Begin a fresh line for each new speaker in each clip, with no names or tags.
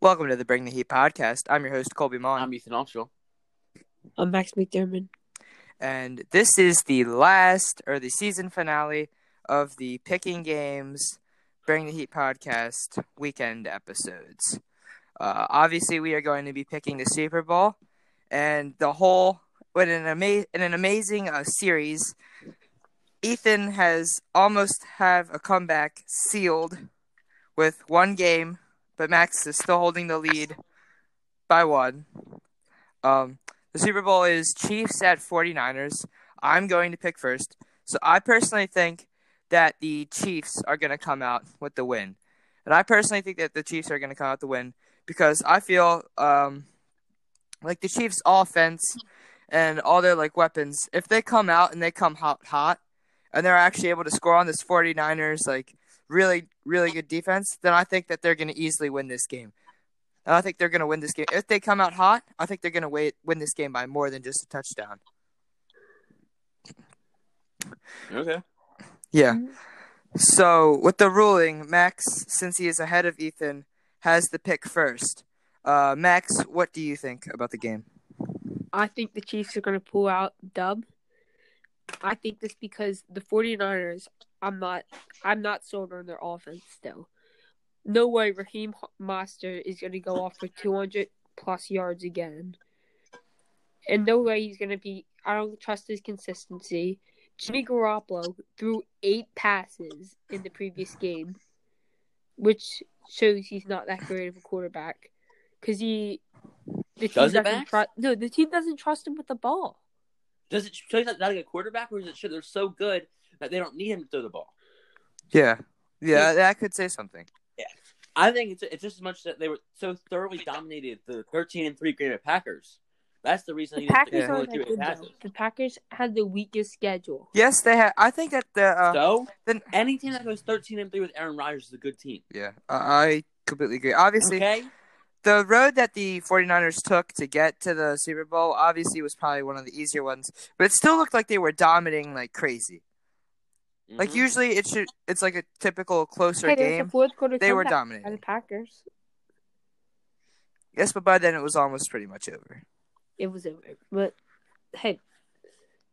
Welcome to the Bring the Heat podcast. I'm your host, Colby Mullen.
I'm Ethan Armstrong.
I'm Max McDermott.
and this is the last or the season finale of the Picking Games Bring the Heat podcast weekend episodes. Uh, obviously, we are going to be picking the Super Bowl and the whole in an ama- in an amazing uh, series. Ethan has almost have a comeback sealed with one game, but Max is still holding the lead by one. Um, the Super Bowl is Chiefs at 49ers. I'm going to pick first. So I personally think that the Chiefs are going to come out with the win. And I personally think that the Chiefs are going to come out the win because I feel um, like the Chiefs' offense and all their like weapons, if they come out and they come hot, hot, and they're actually able to score on this 49ers like really, really good defense, then I think that they're going to easily win this game. And I think they're going to win this game. If they come out hot, I think they're going to wait, win this game by more than just a touchdown.
Okay.
Yeah.
Mhm.
So with the ruling, Max, since he is ahead of Ethan, has the pick first. Uh, Max, what do you think about the game?
I think the Chiefs are going to pull out dub. I think this because the 49ers, I'm not I'm not sold on their offense still. No way Raheem Monster is going to go off for 200 plus yards again. And no way he's going to be I don't trust his consistency. Jimmy Garoppolo threw 8 passes in the previous game, which shows he's not that great of a quarterback cuz he the team
Does it,
doesn't
Max?
tru- no, the team doesn't trust him with the ball.
Does it show he's not not a good quarterback, or is it sure they're so good that they don't need him to throw the ball?
Yeah. Yeah, that could say something.
I think it's, it's just as much that they were so thoroughly dominated the 13 and three Green Bay Packers. That's the reason
The
he didn't
Packers
throw
aren't
only
that
two
good though.
passes.
The Packers had the weakest schedule.
Yes, they have. I think that the uh,
so
then-
any team that goes 13 and three with Aaron Rodgers is a good team.
yeah, I I completely agree. Obviously,
Okay.
the road that the 49ers took to get to the Super Bowl obviously was probably one of the easier ones, but it still looked like they were dominating like crazy. Like
Mhm.
usually it should it's like a typical closer
Hey, there was a
game.
fourth quarter
They were
comeback by the
dominating.
Packers.
Yes, but by then it was almost pretty much over.
It was over, but hey,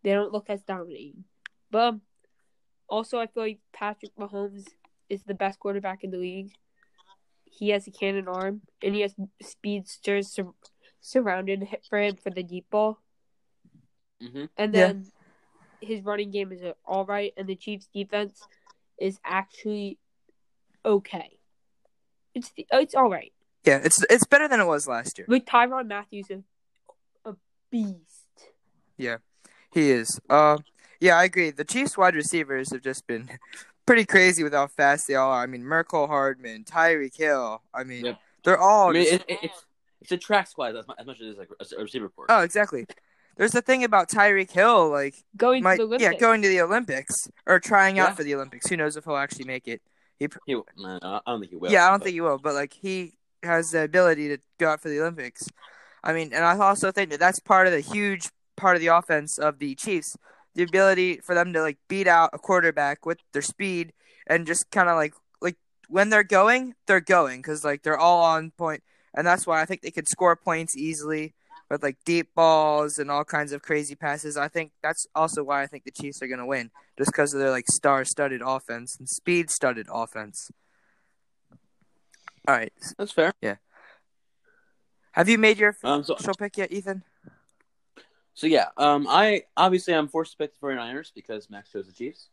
they don't look as dominating. But um, also, I feel like Patrick Mahomes is the best quarterback in the league. He has a cannon arm, and he has speedsters sur- surrounded for him for the deep ball.
Mhm.
And
Yeah.
then his running game is all right, and the Chiefs' defense is actually okay. It's it's all right.
Yeah, it's it's better than it was last year.
Like Tyron Matthews is a beast.
He is. Uh, yeah, I agree. The Chiefs wide receivers have just been pretty crazy with how fast they all are. I mean, Merkel Hardman, Tyreek Hill. I mean,
Yep.
they're all.
I mean,
just-
it, it, it's it's a track squad as mu- as much as it is like a receiver core.
oh, exactly. There's the thing about Tyreek Hill, like
Going
might
to the Olympics.
yeah, going to the Olympics or trying out
Yeah.
for the Olympics. Who knows if he'll actually make it?
He, no, no, I don't think he will.
yeah, I don't
but-
think he will, but like he has the ability to go out for the Olympics. I mean, and I also think that that's part of the huge part of the offense of the Chiefs, the ability for them to like beat out a quarterback with their speed and just kind of like like when they're going, they're going because like they're all on point, and that's why I think they could score points easily with like deep balls and all kinds of crazy passes. I think that's also why I think the Chiefs are gonna win just because of their like star-studded offense and speed-studded offense. All right,
that's fair.
have you made your
Um, so
official pick yet, Ethan?
So yeah, um, I obviously I'm forced to pick the 49ers because Max chose the Chiefs.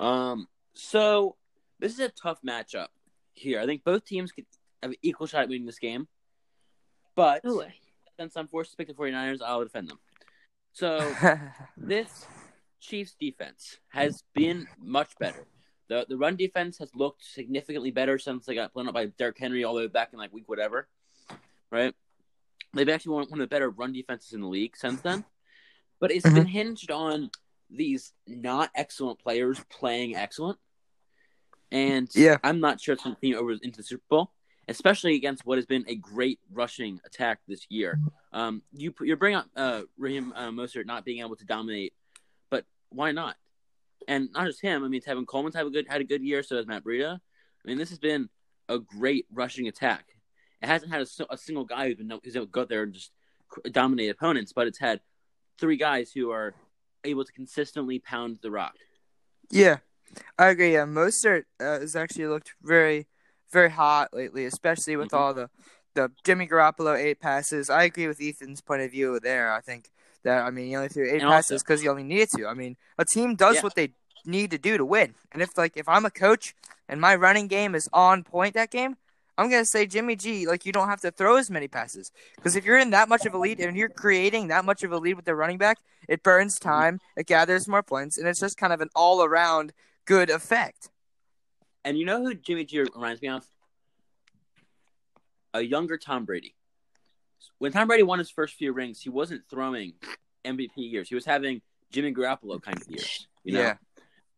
Um, so this is a tough matchup here. I think both teams could have an equal shot at winning this game, but
No way.
since I'm forced to pick the 49ers, I'll defend them. So this Chiefs defense has been much better. The the run defense has looked significantly better since they got blown up by Derrick Henry all the way back in like week whatever, right? They've actually won one of the better run defenses in the league since then, but it's been hinged on these not excellent players playing excellent, and
Yeah.
I'm not sure it's going to continue over into the Super Bowl, especially against what has been a great rushing attack this year. Um, you you're bringing up uh, Raheem uh, Mostert not being able to dominate, but why not? And not just him. I mean, Tevin Coleman's had a good had a good year. So has Matt Breida. I mean, this has been a great rushing attack. It It hasn't had a, si- a single guy who's been who's able to go out there and just cr- dominate opponents, but it's had three guys who are able to consistently pound the rock.
Yeah, I agree. Yeah, Mostert uh, has actually looked very, very hot lately, especially with
Mhm.
all the the Jimmy Garoppolo eight passes. I agree with Ethan's point of view there. I think that I mean he only threw eight
And
passes because he only needed to. I mean a team does
Yeah.
what they need to do to win, and if like if I'm a coach and my running game is on point that game. I'm gonna say Jimmy G, like you don't have to throw as many passes because if you're in that much of a lead and you're creating that much of a lead with the running back, it burns
Mm-hmm.
time, it gathers more points, and it's just kind of an all around good effect.
And you know who Jimmy G reminds me of? A younger Tom Brady. When Tom Brady won his first few rings, he wasn't throwing MVP years. He was having Jimmy Garoppolo kind of years. You know?
Yeah.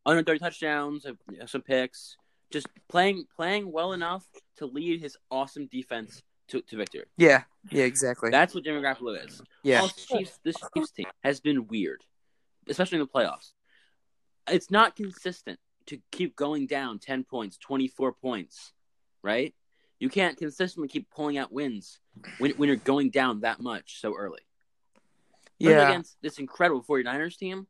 Under 30 touchdowns, uh, some picks, just playing playing well enough to lead his awesome defense to, to victory.
Yeah. Yeah, exactly.
That's what Jimmy Garoppolo is.
yeah.
Also, Chiefs, this Chiefs team has been weird, especially in the playoffs. It's not consistent to keep going down 10 points, 24 points, right? You can't consistently keep pulling out wins when, when you're going down that much so early. But
yeah.
Against this incredible 49ers team,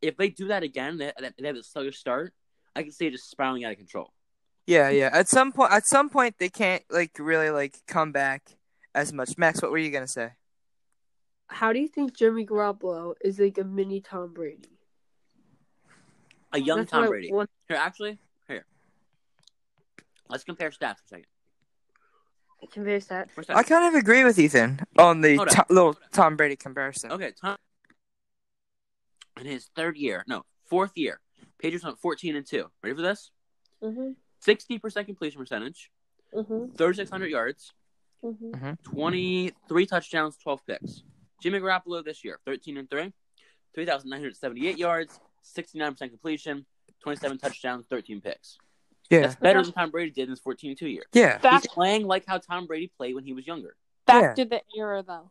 if they do that again, they, they have a sluggish start, I can see it just spiraling out of control.
Yeah, yeah. At some point at some point they can't like really like come back as much. Max, what were you gonna say?
How do you think Jimmy Garoppolo is like a mini Tom Brady?
A young
That's what
Tom
I
Brady.
want-
Here, actually, here. Let's compare stats for a second.
Convince that.
For a second.
I kind of agree with Ethan on the
Hold on.
to- little Tom Brady comparison.
Okay, Tom. In his third year, no, fourth year, Patriots went 14 and 2. Ready for this?
Mhm.
60% completion percentage,
Mhm.
3,600 yards,
Mhm.
23 touchdowns, 12 picks. Jimmy Garoppolo this year, 13 and 3, 3,978 yards, 69% completion, 27 touchdowns, 13 picks.
Yeah.
That's better than Tom Brady did in his 14 and 2 year.
Yeah.
Back
He's playing like how Tom Brady played when he was younger.
back
to the era though.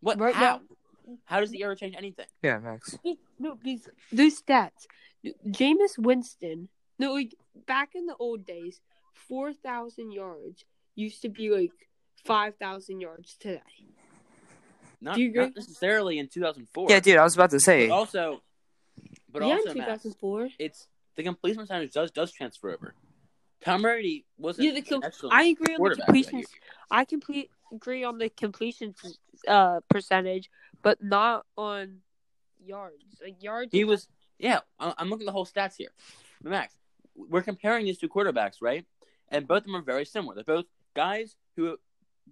What?
Right
how?
now-
How does the era change anything?
Yeah, Max.
No, these these stats. Jameis Winston. No, like back in the old days, four thousand yards used to be like five thousand yards today.
Not,
Do you agree?
not necessarily in 2004.
Yeah, dude, I was about to say
But also, but
yeah,
also,
in
Matt,
two thousand four.
it's the completion percentage does does transfer over. Tom Brady wasn't
Yeah, the com-
an excellent
I agree on the
quarterback that
completion.
year.
I complete agree on the completion uh percentage, but not on yards. Like yards.
He was, yeah. I- I'm looking at the whole stats here. But Max, we're comparing these two quarterbacks, right? And both of them are very similar. They're both guys who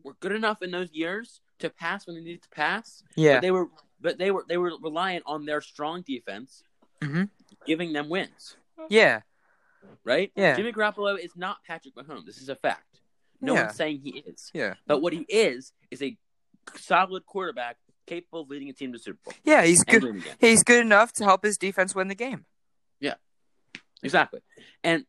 were good enough in those years to pass when they needed to pass,
Yeah.
but they were, but they were, they were reliant on their strong defense,
Mhm.
giving them wins.
Yeah.
right?
Yeah.
Jimmy Garoppolo is not Patrick Mahomes. This is a fact. No
Yeah.
one's saying he is.
Yeah.
But what he is is a solid quarterback capable of leading a team to Super Bowl.
Yeah, he's
And
good
win again.
he's good enough to help his defense win the game.
Exactly. And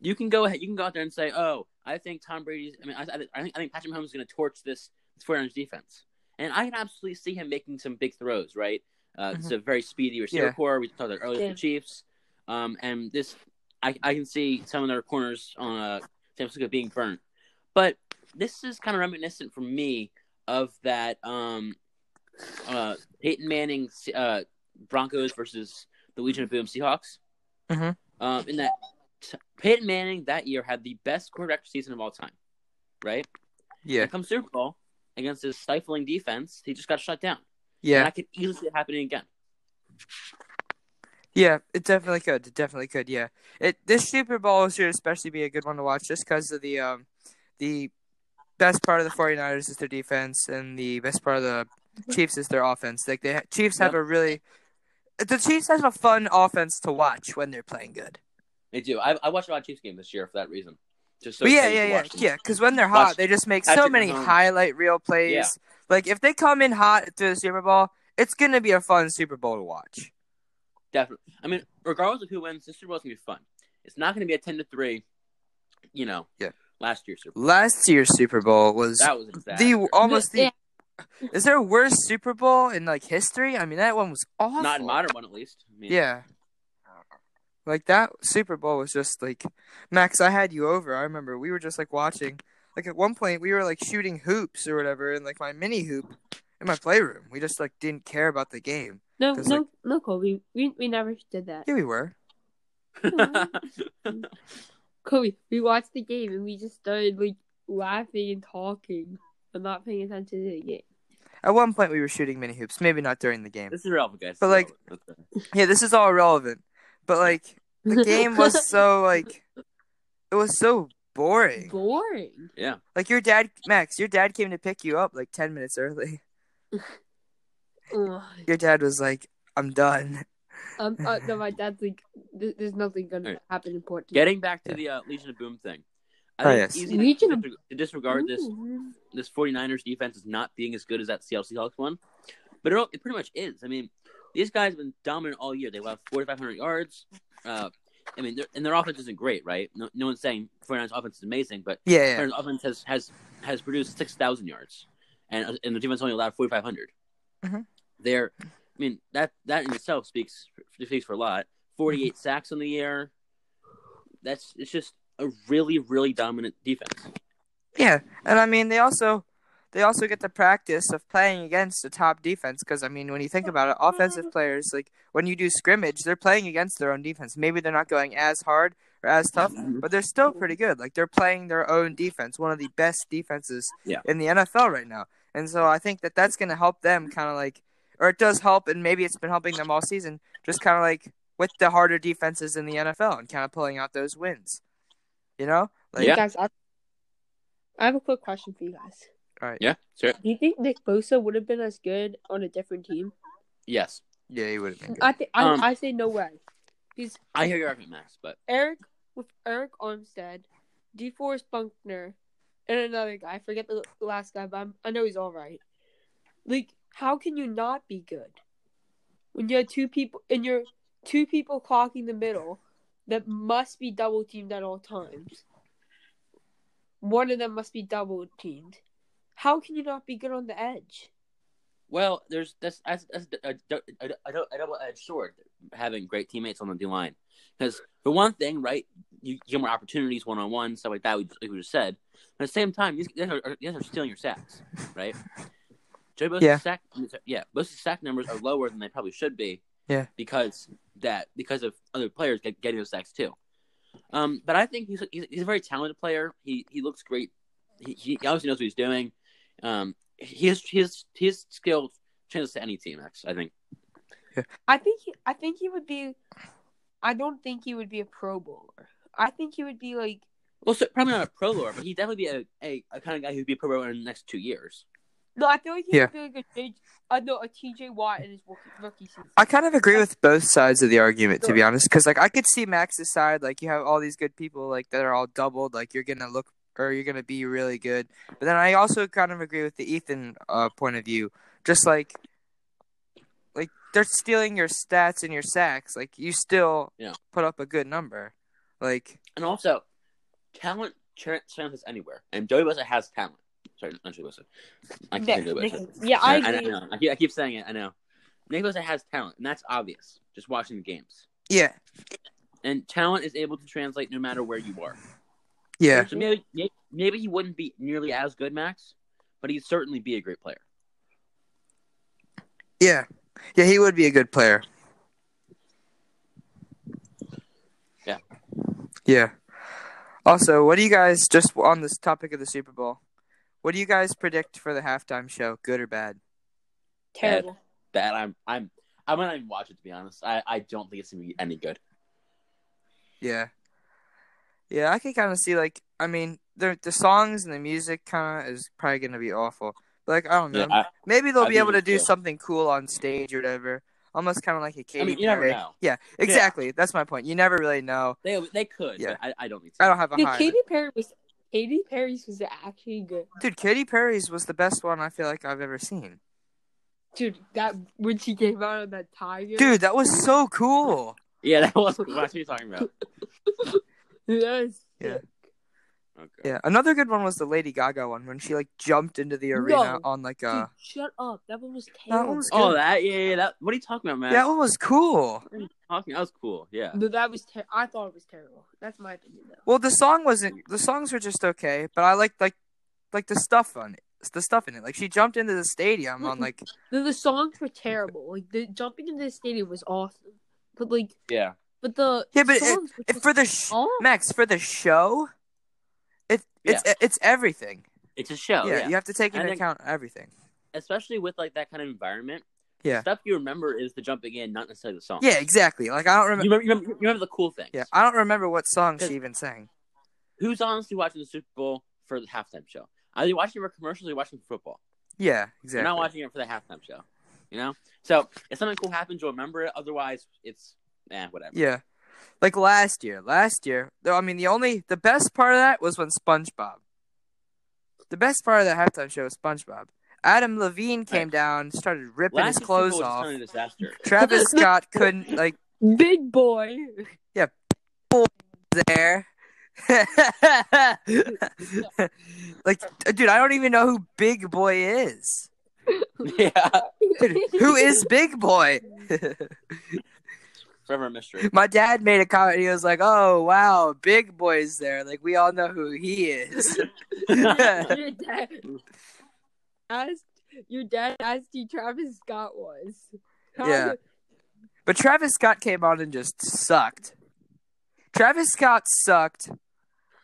you can go ahead. You can go out there and say, "Oh, I think Tom Brady's. I mean, I, I- I think I think Patrick Mahomes is going to torch this 49ers defense." And I can absolutely see him making some big throws. Right. Uh, It's a very speedy receiver
Mm-hmm. Yeah.
core. We talked about earlier with
Yeah.
the Chiefs. Um, and this, I, I can see some of their corners on uh, San Francisco being burnt. But this is kind of reminiscent for me of that um, uh, Peyton Manning uh, Broncos versus the Legion of Boom Seahawks.
Mhm.
Um, in that Peyton Manning that year had the best quarterback season of all time, right?
Yeah.
And come Super Bowl against his stifling defense, he just got shut down. And
Yeah.
I could easily see it happening again.
Yeah, it definitely could. It definitely could. Yeah, it this Super Bowl should especially be a good one to watch just because of the um the best part of the 49ers is their defense and the best part of the Chiefs is their offense. Like the Chiefs have
Mm-hmm. Yep.
a really the Chiefs have a fun offense to watch when they're playing good.
They do. I, I watched a lot of Chiefs game this year for that reason. Just so
But yeah,
excited
yeah,
to
yeah,
watch them.
yeah. Because when they're hot,
Watch
they just make so
Patrick
many
Mahomes.
highlight reel plays.
Yeah.
Like if they come in hot through the Super Bowl, it's gonna be a fun Super Bowl to watch.
Definitely. I mean, regardless of who wins, this Super Bowl is gonna be fun. It's not gonna be a ten to three. You know.
Yeah.
Last year's Super Bowl.
Last year's Super Bowl was
That was exactly.
the almost the
Yeah.
is there a worse Super Bowl in like history? I mean, that one was awful.
not a modern one at least. I mean,
Yeah. Like that Super Bowl was just like Max. I had you over. I remember we were just like watching like at one point we were like shooting hoops or whatever in like my mini hoop in my playroom. We just like didn't care about the game.
No,
Cause,
no, no, Kobe. We we never did that.
Yeah, we were.
Kobe, we watched the game and we just started like laughing and talking and not paying attention to the game.
At one point we were shooting mini hoops, maybe not during the game.
this is irrelevant, guys.
But, like- Yeah, this is all irrelevant. But like the game was so like it was so boring.
boring.
Like your dad, Max, your dad came to pick you up like 10 minutes early.
Ugh.
Your dad was like, I'm done.
Um, uh, no, my dad's like, "Th- there's nothing gonna
Alright.
happen important.
getting back to
Yeah.
the uh, Legion of Boom thing. I
Oh,
think
yes.
it's easy to,
Legion of-
disreg- to disregard this
Ooh.
this 49ers defense is not being as good as that Seattle Seahawks one, but it, all- it pretty much is. I mean, these guys have been dominant all year. They have 4,500 yards. Uh, I mean, their- and their offense isn't great, right? No, no one's saying 49ers offense is amazing, but
Yeah, yeah.
49ers offense has has, has produced 6,000 yards, and and the defense only allowed 4,500. Mm-hmm.
Mhm.
They're, I mean, that that in itself speaks speaks for a lot. 48 sacks on the year. That's it's just a really really dominant defense.
Yeah. And I mean, they also they also get the practice of playing against a top defense because I mean, when you think about it, offensive players like when you do scrimmage, they're playing against their own defense. Maybe they're not going as hard or as tough,
Mm-hmm.
but they're still pretty good. Like they're playing their own defense, one of the best defenses
Yeah.
in the NFL right now. And so I think that that's going to help them kind of like, or it does help, and maybe it's been helping them all season, just kind of like with the harder defenses in the NFL and kind of pulling out those wins. You know? Like,
Yeah.
Guys, I, I have a quick question for you guys.
Yeah, sure.
Do you think Nick Bosa would have been as good on a different team?
Yes.
Yeah, he would have been good.
I think I,
Um,
I say no way. He's
I hear your argument, Max, but
Eric with Eric Armstead, DeForest Bunkner, and another guy. I forget the last guy, but I'm, I know he's all right. Like, how can you not be good when you have two people and you're two people clocking the middle that must be double teamed at all times? One of them must be double teamed. How can you not be good on the edge?
well, there's that's that's, that's a, a, a, a- a double-edged sword having great teammates on the D line because for one thing, right, you get more opportunities one on one, stuff like that. We, like we just said. But at the same time, these these are, are- these are stealing your sacks, right? Joey Bosa's
Yeah.
sack, yeah, Bosa's sack numbers are lower than they probably should be.
Yeah.
because that because of other players get, getting those sacks too. Um, but I think he's, he's he's a very talented player. He he looks great. He, he obviously knows what he's doing. Um, his his his skill changes to any team. Actually, I think.
I think he, I think he would be. I don't think he would be a Pro Bowler. I think he would be like
Well, so, probably not a pro lower, but he'd definitely be a, a, a kind of guy who'd be a pro bowler in the next two years.
No, I feel like he
Yeah.
would be like a J. Uh, no, a TJ Watt in his rookie, rookie season.
I kind of agree with both sides of the argument, to be honest, because like I could see Max's side, like you have all these good people, like that are all doubled, like you're gonna look or you're gonna be really good. But then I also kind of agree with the Ethan uh, point of view, just like like they're stealing your stats and your sacks, like you still
Yeah.
put up a good number, like
And also, talent tra- transfers anywhere, and Joey Bosa has talent. Sorry, not Joey Bosa. I can't
Nick-
think of Joey Bosa.
Nick- yeah, I
I,
agree.
know. I, keep, I keep saying it. I know. Nick Bosa has talent, and that's obvious. Just watching the games,
yeah,
and talent is able to translate no matter where you are.
yeah,
So maybe, may- maybe he wouldn't be nearly as good, Max, but he'd certainly be a great player.
yeah, yeah. He would be a good player.
Yeah.
Yeah. Also, what do you guys just on this topic of the Super Bowl? What do you guys predict for the halftime show? Good or bad?
Terrible.
That I'm, I'm, I might not even watch it to be honest. I, I don't think it's gonna be any good.
Yeah. Yeah, I can kind of see like I mean, the the songs and the music kind of is probably going to be awful. But, like I don't know.
I,
Maybe they'll
I
be able to
think
do
so.
something cool on stage or whatever. Almost kind of like a Katy
I mean, you never
Perry.
know.
Yeah, exactly. That's my point. You never really know.
They they could.
Yeah.
But I, I don't think so.
I don't have a
Dude,
high.
Katy Perry was Katy Perry's was actually good.
Dude, Katy Perry's was the best one I feel like I've ever seen.
Dude, that when she came out on that tiger,
Dude, that was so cool.
Yeah, that was what are you talking about?
that was
Yeah.
sick.
Okay.
Yeah, another good one was the Lady Gaga one when she like jumped into the arena
No.
on like
Dude,
a.
shut up. That one was terrible.
That one was
Oh, that yeah, yeah. That what are you talking about, man?
That one was cool.
What are you talking. That was cool. Yeah.
No, that was ter- I thought it was terrible. That's my opinion though.
Well, the song wasn't. The songs were just okay, but I liked like like the stuff on it, the stuff in it. Like she jumped into the stadium on like
The, the songs were terrible. Like the jumping into the stadium was awesome, but like
Yeah.
but the
Yeah, but it-
songs were
it-
just
for the sh-
awful.
Max for the show. It it's it's everything.
It's a
yeah,
show. Oh, Yeah.
you have to take
And
into
then-
account everything.
Especially with like that kind of environment.
Yeah.
Stuff you remember is the jumping in, not necessarily the song.
Yeah, exactly. Like I don't
You
remember.
remember, you remember, you remember the cool things.
Yeah, I don't remember what song
Cause-
she even sang.
Who's honestly watching the Super Bowl for the halftime show? Are you watching it for commercials or are you watching for football?
Yeah,
You're
exactly.
not watching it for the halftime show. You know? So if something cool happens, you'll remember it. Otherwise, it's eh, whatever.
Yeah. Like last year. Last year, though, I mean, the only, the best part of that was when SpongeBob. The best part of the halftime show was SpongeBob. Adam Levine came
Right.
down, started ripping
Last
his
year's Super Bowl
clothes
was just
off.
kind of a disaster.
Travis Scott couldn't, like,
big boy.
there. like, dude, I don't even know who Big Boy is.
yeah.
Dude, who is Big Boy?
Forever a mystery.
My dad made a comment. He was like, "Oh wow, Big Boy's there. Like we all know who he is."
your dad asked your dad asked you Travis Scott was. How-
Yeah. But Travis Scott came on and just sucked. Travis Scott sucked.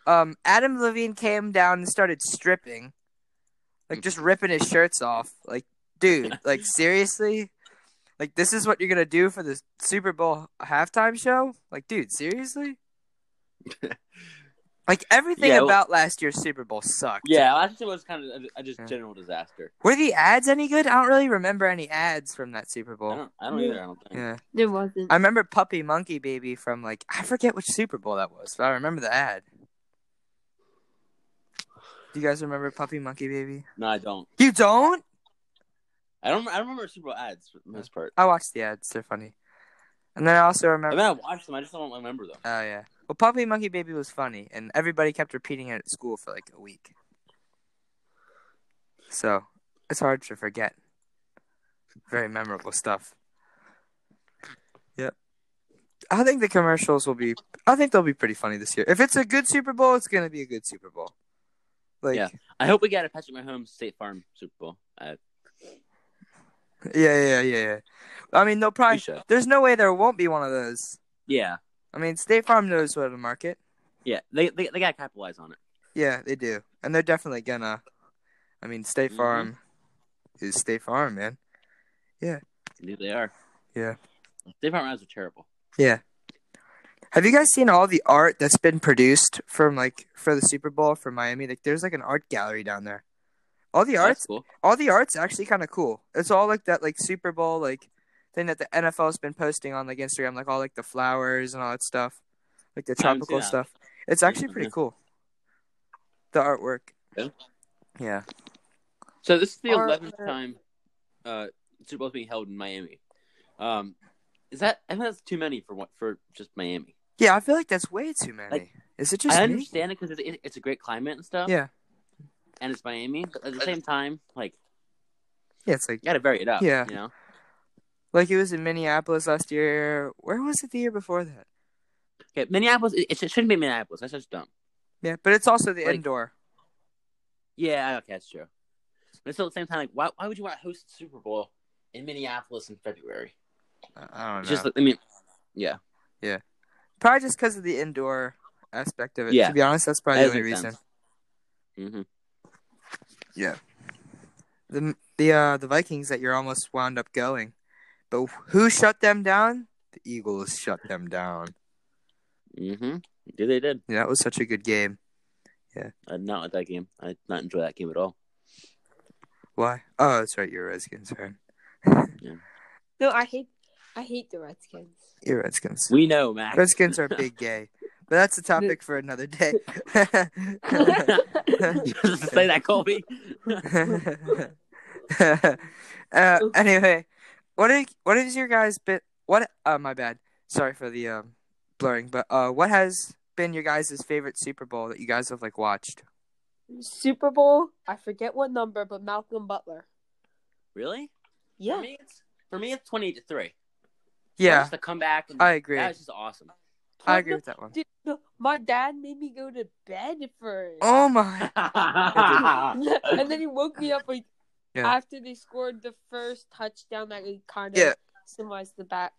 Um, Adam Levine came down and started stripping, like just ripping his shirts off. Like, dude, like seriously, like this is what you're gonna do for the Super Bowl halftime show? Like, dude, seriously? like everything
Yeah, well-
about last year's Super Bowl sucked.
Yeah, last year was kind of a, a just
Yeah.
general disaster.
Were the ads any good? I don't really remember any ads from that Super
I
Bowl.
don't, I don't either. I don't think.
Yeah.
There wasn't.
I remember Puppy Monkey Baby from like I forget which Super Bowl that was, but I remember the ad. Do you guys remember Puppy Monkey Baby?
No, I don't.
You don't?
I don't. I don't remember Super Bowl ads for the most part.
I watched the ads; they're funny. And then I also
I
remember.
mean, I watched them. I just don't remember them.
Oh yeah. Well, Puppy Monkey Baby was funny, and everybody kept repeating it at school for like a week. So it's hard to forget. Very memorable stuff. Yep. I think the commercials will be. I think they'll be pretty funny this year. If it's a good Super Bowl, it's gonna be a good Super Bowl. Like yeah,
Yeah. I hope we get a Patrick Mahomes State Farm Super Bowl. Uh,
yeah, yeah, yeah. yeah. I mean, they'll
we
probably.
should.
There's no way there won't be one of those.
Yeah,
I mean, State Farm knows what to market.
yeah. They they, they gotta capitalize on it.
Yeah, they do, and they're definitely gonna. I mean, State
Mhm.
Farm is State Farm, man.
Indeed, they are.
Yeah.
State Farm ads are terrible.
Yeah. Have you guys seen all the art that's been produced from like for the Super Bowl for Miami? Like, there's like an art gallery down there. All the
That's
arts,
cool.
all the art's actually kind of cool. It's all like that, like Super Bowl, like thing that the NFL's been posting on like Instagram, like all like the flowers and all that stuff, like the
I haven't seen
tropical
that.
stuff. It's actually pretty
Mhm.
cool. The artwork.
Yeah.
Yeah.
So this is the
Or-
eleventh time uh, Super Bowl's being held in Miami. Um, is that I think that's too many for what for just Miami.
Yeah, I feel like that's way too many. Is it just
I
me?
understand it because it's, it's a great climate and stuff.
Yeah.
and it's Miami, but at the same time, like
Yeah, it's like
you gotta vary it up.
Yeah.
you know,
like it was in Minneapolis last year. Where was it the year before that?
okay, Minneapolis. It, it shouldn't be Minneapolis. That's just dumb.
Yeah, but it's also the
Like-
indoor.
Yeah, okay, that's true. But still, at the same time, like why why would you want to host the Super Bowl in Minneapolis in February?
I- I don't
It's
know.
just, I mean, yeah,
probably just because of the indoor aspect of it.
Yeah.
To be honest, that's probably
That
the only
makes
reason.
sense. hmm
The the uh, the Vikings that you're almost wound up going, but who shut them down? The Eagles shut them down.
hmm Yeah, they did.
Yeah, that was such a good game.
I did not like that game. I did not enjoy that game at all.
Why? Oh, that's right. You're a Redskins fan.
No, I hate I hate the Redskins.
You're Redskins.
We know, Max.
Redskins are big gay, but that's a topic for another day.
Say that, Colby.
uh, anyway, what is what is your guys' bit? What? Uh, my bad. Sorry for the um, blurring. But uh, what has been your guys' favorite Super Bowl that you guys have like watched?
Super Bowl, I forget what number, but Malcolm Butler.
really? For
Yeah.
me, it's for me it's twenty eight to three.
Yeah,
Just the comeback. And
I agree.
That was just awesome.
I agree with that one.
Dude, the go. My dad made me go to bed first.
Oh my.
and then he woke me up like
Yeah.
after they scored the first touchdown that like, kind of
Yeah.
symbolized the back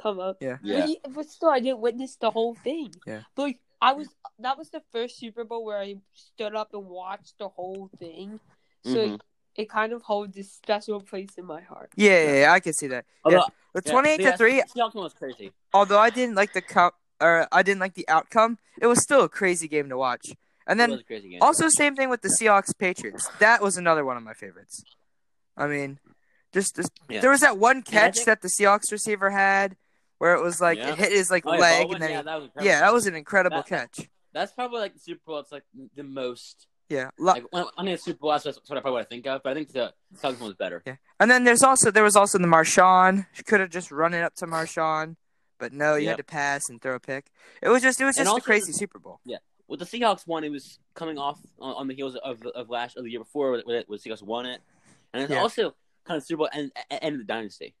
come up.
yeah.
But, he- but still, I didn't witness the whole thing.
Yeah.
But like, I was that was the first Super Bowl where I stood up and watched the whole thing. So like,
Mhm.
it kind of holds a special place in my heart.
Yeah, yeah, yeah, I can see that.
Although,
The
yeah,
twenty-eight
yeah,
to three.
Seahawks one was crazy.
Although I didn't like the cup, or I didn't like the outcome, it was still a crazy game to watch. And
it
then
was a crazy game.
also same thing with the Seahawks Patriots. That was another one of my favorites. I mean, just, just
Yeah.
there was that one
I
catch
think-
that the Seahawks receiver had, where it was like
Yeah.
it hit his like
Oh, yeah,
leg,
Baldwin,
and then
yeah,
yeah,
that was
he, yeah, that was an incredible
That-
catch.
That's probably like the Super Bowl. It's like the most
Yeah, lo-
like when when I think of Super Bowl, that's what I probably what I think of. But I think the Seahawks one was better.
And then there's also there was also the Marshawn. She could have just run it up to Marshawn, but no, you
Yep.
had to pass and throw a pick. It was just it was
And
just a
also
crazy
the-
Super Bowl.
With the Seahawks one, it was coming off on, on the heels of of last of the year before when, it, when Seahawks won it, and it's
Yeah.
also kind of Super Bowl and end of the dynasty.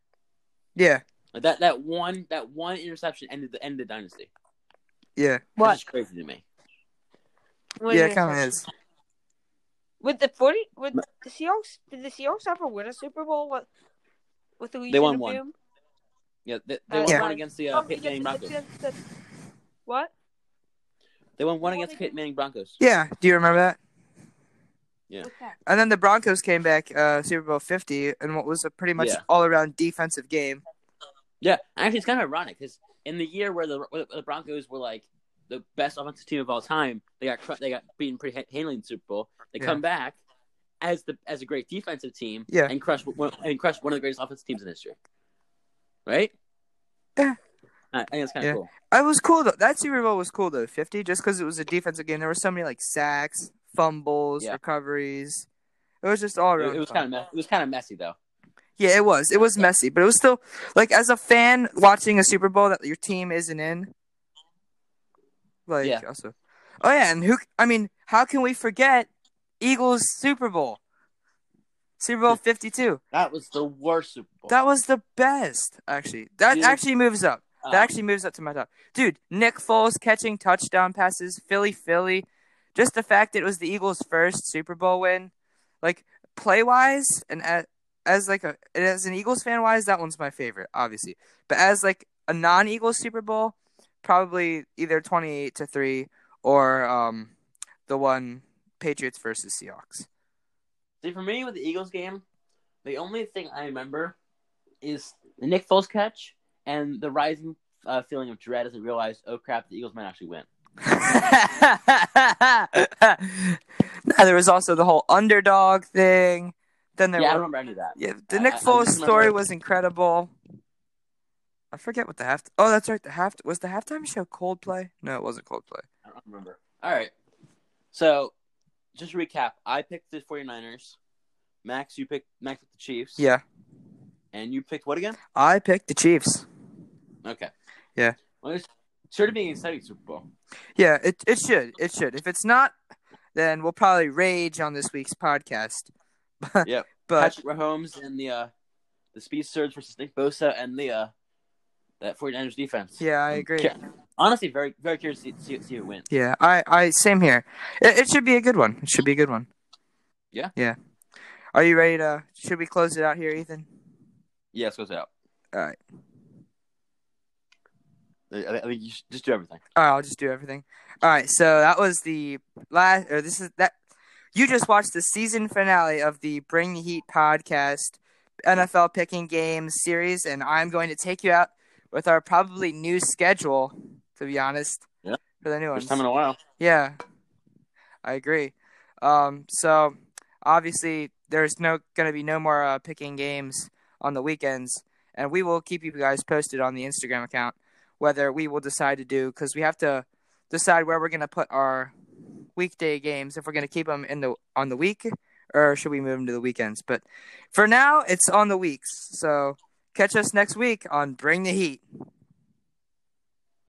Yeah,
Like that that one that one interception ended the end of the dynasty.
yeah,
That's just crazy to me.
yeah. It kind of is.
With the forty, with the Seahawks, did the Seahawks ever win a Super Bowl? With with the
They won one. Yeah, they, they won
Yeah.
one against
Oh,
the uh, Peyton Manning Broncos.
What?
They won one
They won
against Peyton Manning Broncos.
Yeah, do you remember that?
Yeah.
What's that?
And then the Broncos came back uh, Super Bowl 50 and what was a pretty much
Yeah.
all around defensive game.
Yeah, actually, it's kind of ironic because in the year where the, where the Broncos were like the best offensive team of all time, they got cru- they got beaten pretty ha- handily in the Super Bowl. They
Yeah.
come back as the as a great defensive team,
Yeah.
and crush one, and crush one of the greatest offensive teams in history. Right?
Yeah.
I I think it's kind
Yeah.
of cool.
It was cool though. That Super Bowl was cool though. 50 just because it was a defensive game. There were so many like sacks, fumbles,
Yeah.
recoveries. It was just all
It-
around.
It, was
fun.
kind of me- it was kind of messy though.
Yeah, it was. It was messy, but it was still like as a fan watching a Super Bowl that your team isn't in. Like
Yeah.
also, oh yeah, and who? I mean, how can we forget Eagles Super Bowl? Super Bowl Fifty Two.
That was the worst Super Bowl.
That was the best, actually. That
Dude.
actually moves up.
Um,
That actually moves up to my top. Dude, Nick Foles catching touchdown passes, Philly, Philly. Just the fact that it was the Eagles' first Super Bowl win, like play wise, and as, as like a as an Eagles fan wise, that one's my favorite, obviously. But as like a non-Eagles Super Bowl, probably either twenty-eight to three or um the one Patriots versus Seahawks.
See, for me with the Eagles game, the only thing I remember is the Nick Foles catch and the rising uh, feeling of dread as I realized, oh crap, the Eagles might actually win.
now, there was also the whole underdog thing. Then there
yeah, I
were
don't remember any of that.
Yeah, the
I-
Nick
I- I
Foles
just remember-
story was incredible. I forget what the half. Oh, that's right. The half was the halftime show Coldplay. No, it wasn't Coldplay.
I don't remember. All right. So, just to recap, I picked the 49ers. Max, you picked Max with the Chiefs.
Yeah,
And you picked what again?
I picked the Chiefs.
Okay.
Yeah.
Well, it's sure to be an exciting Super Bowl.
Yeah, it it should it should. If it's not, then we'll probably rage on this week's podcast.
Yep.
But
Patrick Mahomes and the uh, the speed surge versus Nick Bosa and the uh, that 49ers defense.
yeah, I
I'm
agree.
cur- honestly, very very curious to see, see, see who wins.
Yeah, I, I same here. It, it should be a good one. It should be a good one.
Yeah.
Yeah. Are you ready to? Should we close it out here, Ethan?
Yeah, let's go out.
All right.
I, I think you should just do everything.
All right, I'll just do everything. All right, so that was the last, or this is that. You just watched the season finale of the Bring the Heat podcast NFL picking games series, and I'm going to take you out with our probably new schedule. To be honest,
Yeah.
for the new ones,
First time in a while.
yeah, I agree. Um, so obviously there's no going to be no more uh, picking games on the weekends, and we will keep you guys posted on the Instagram account whether we will decide to do because we have to decide where we're going to put our weekday games if we're going to keep them in the on the week or should we move them to the weekends. But for now, it's on the weeks. So catch us next week on Bring the Heat.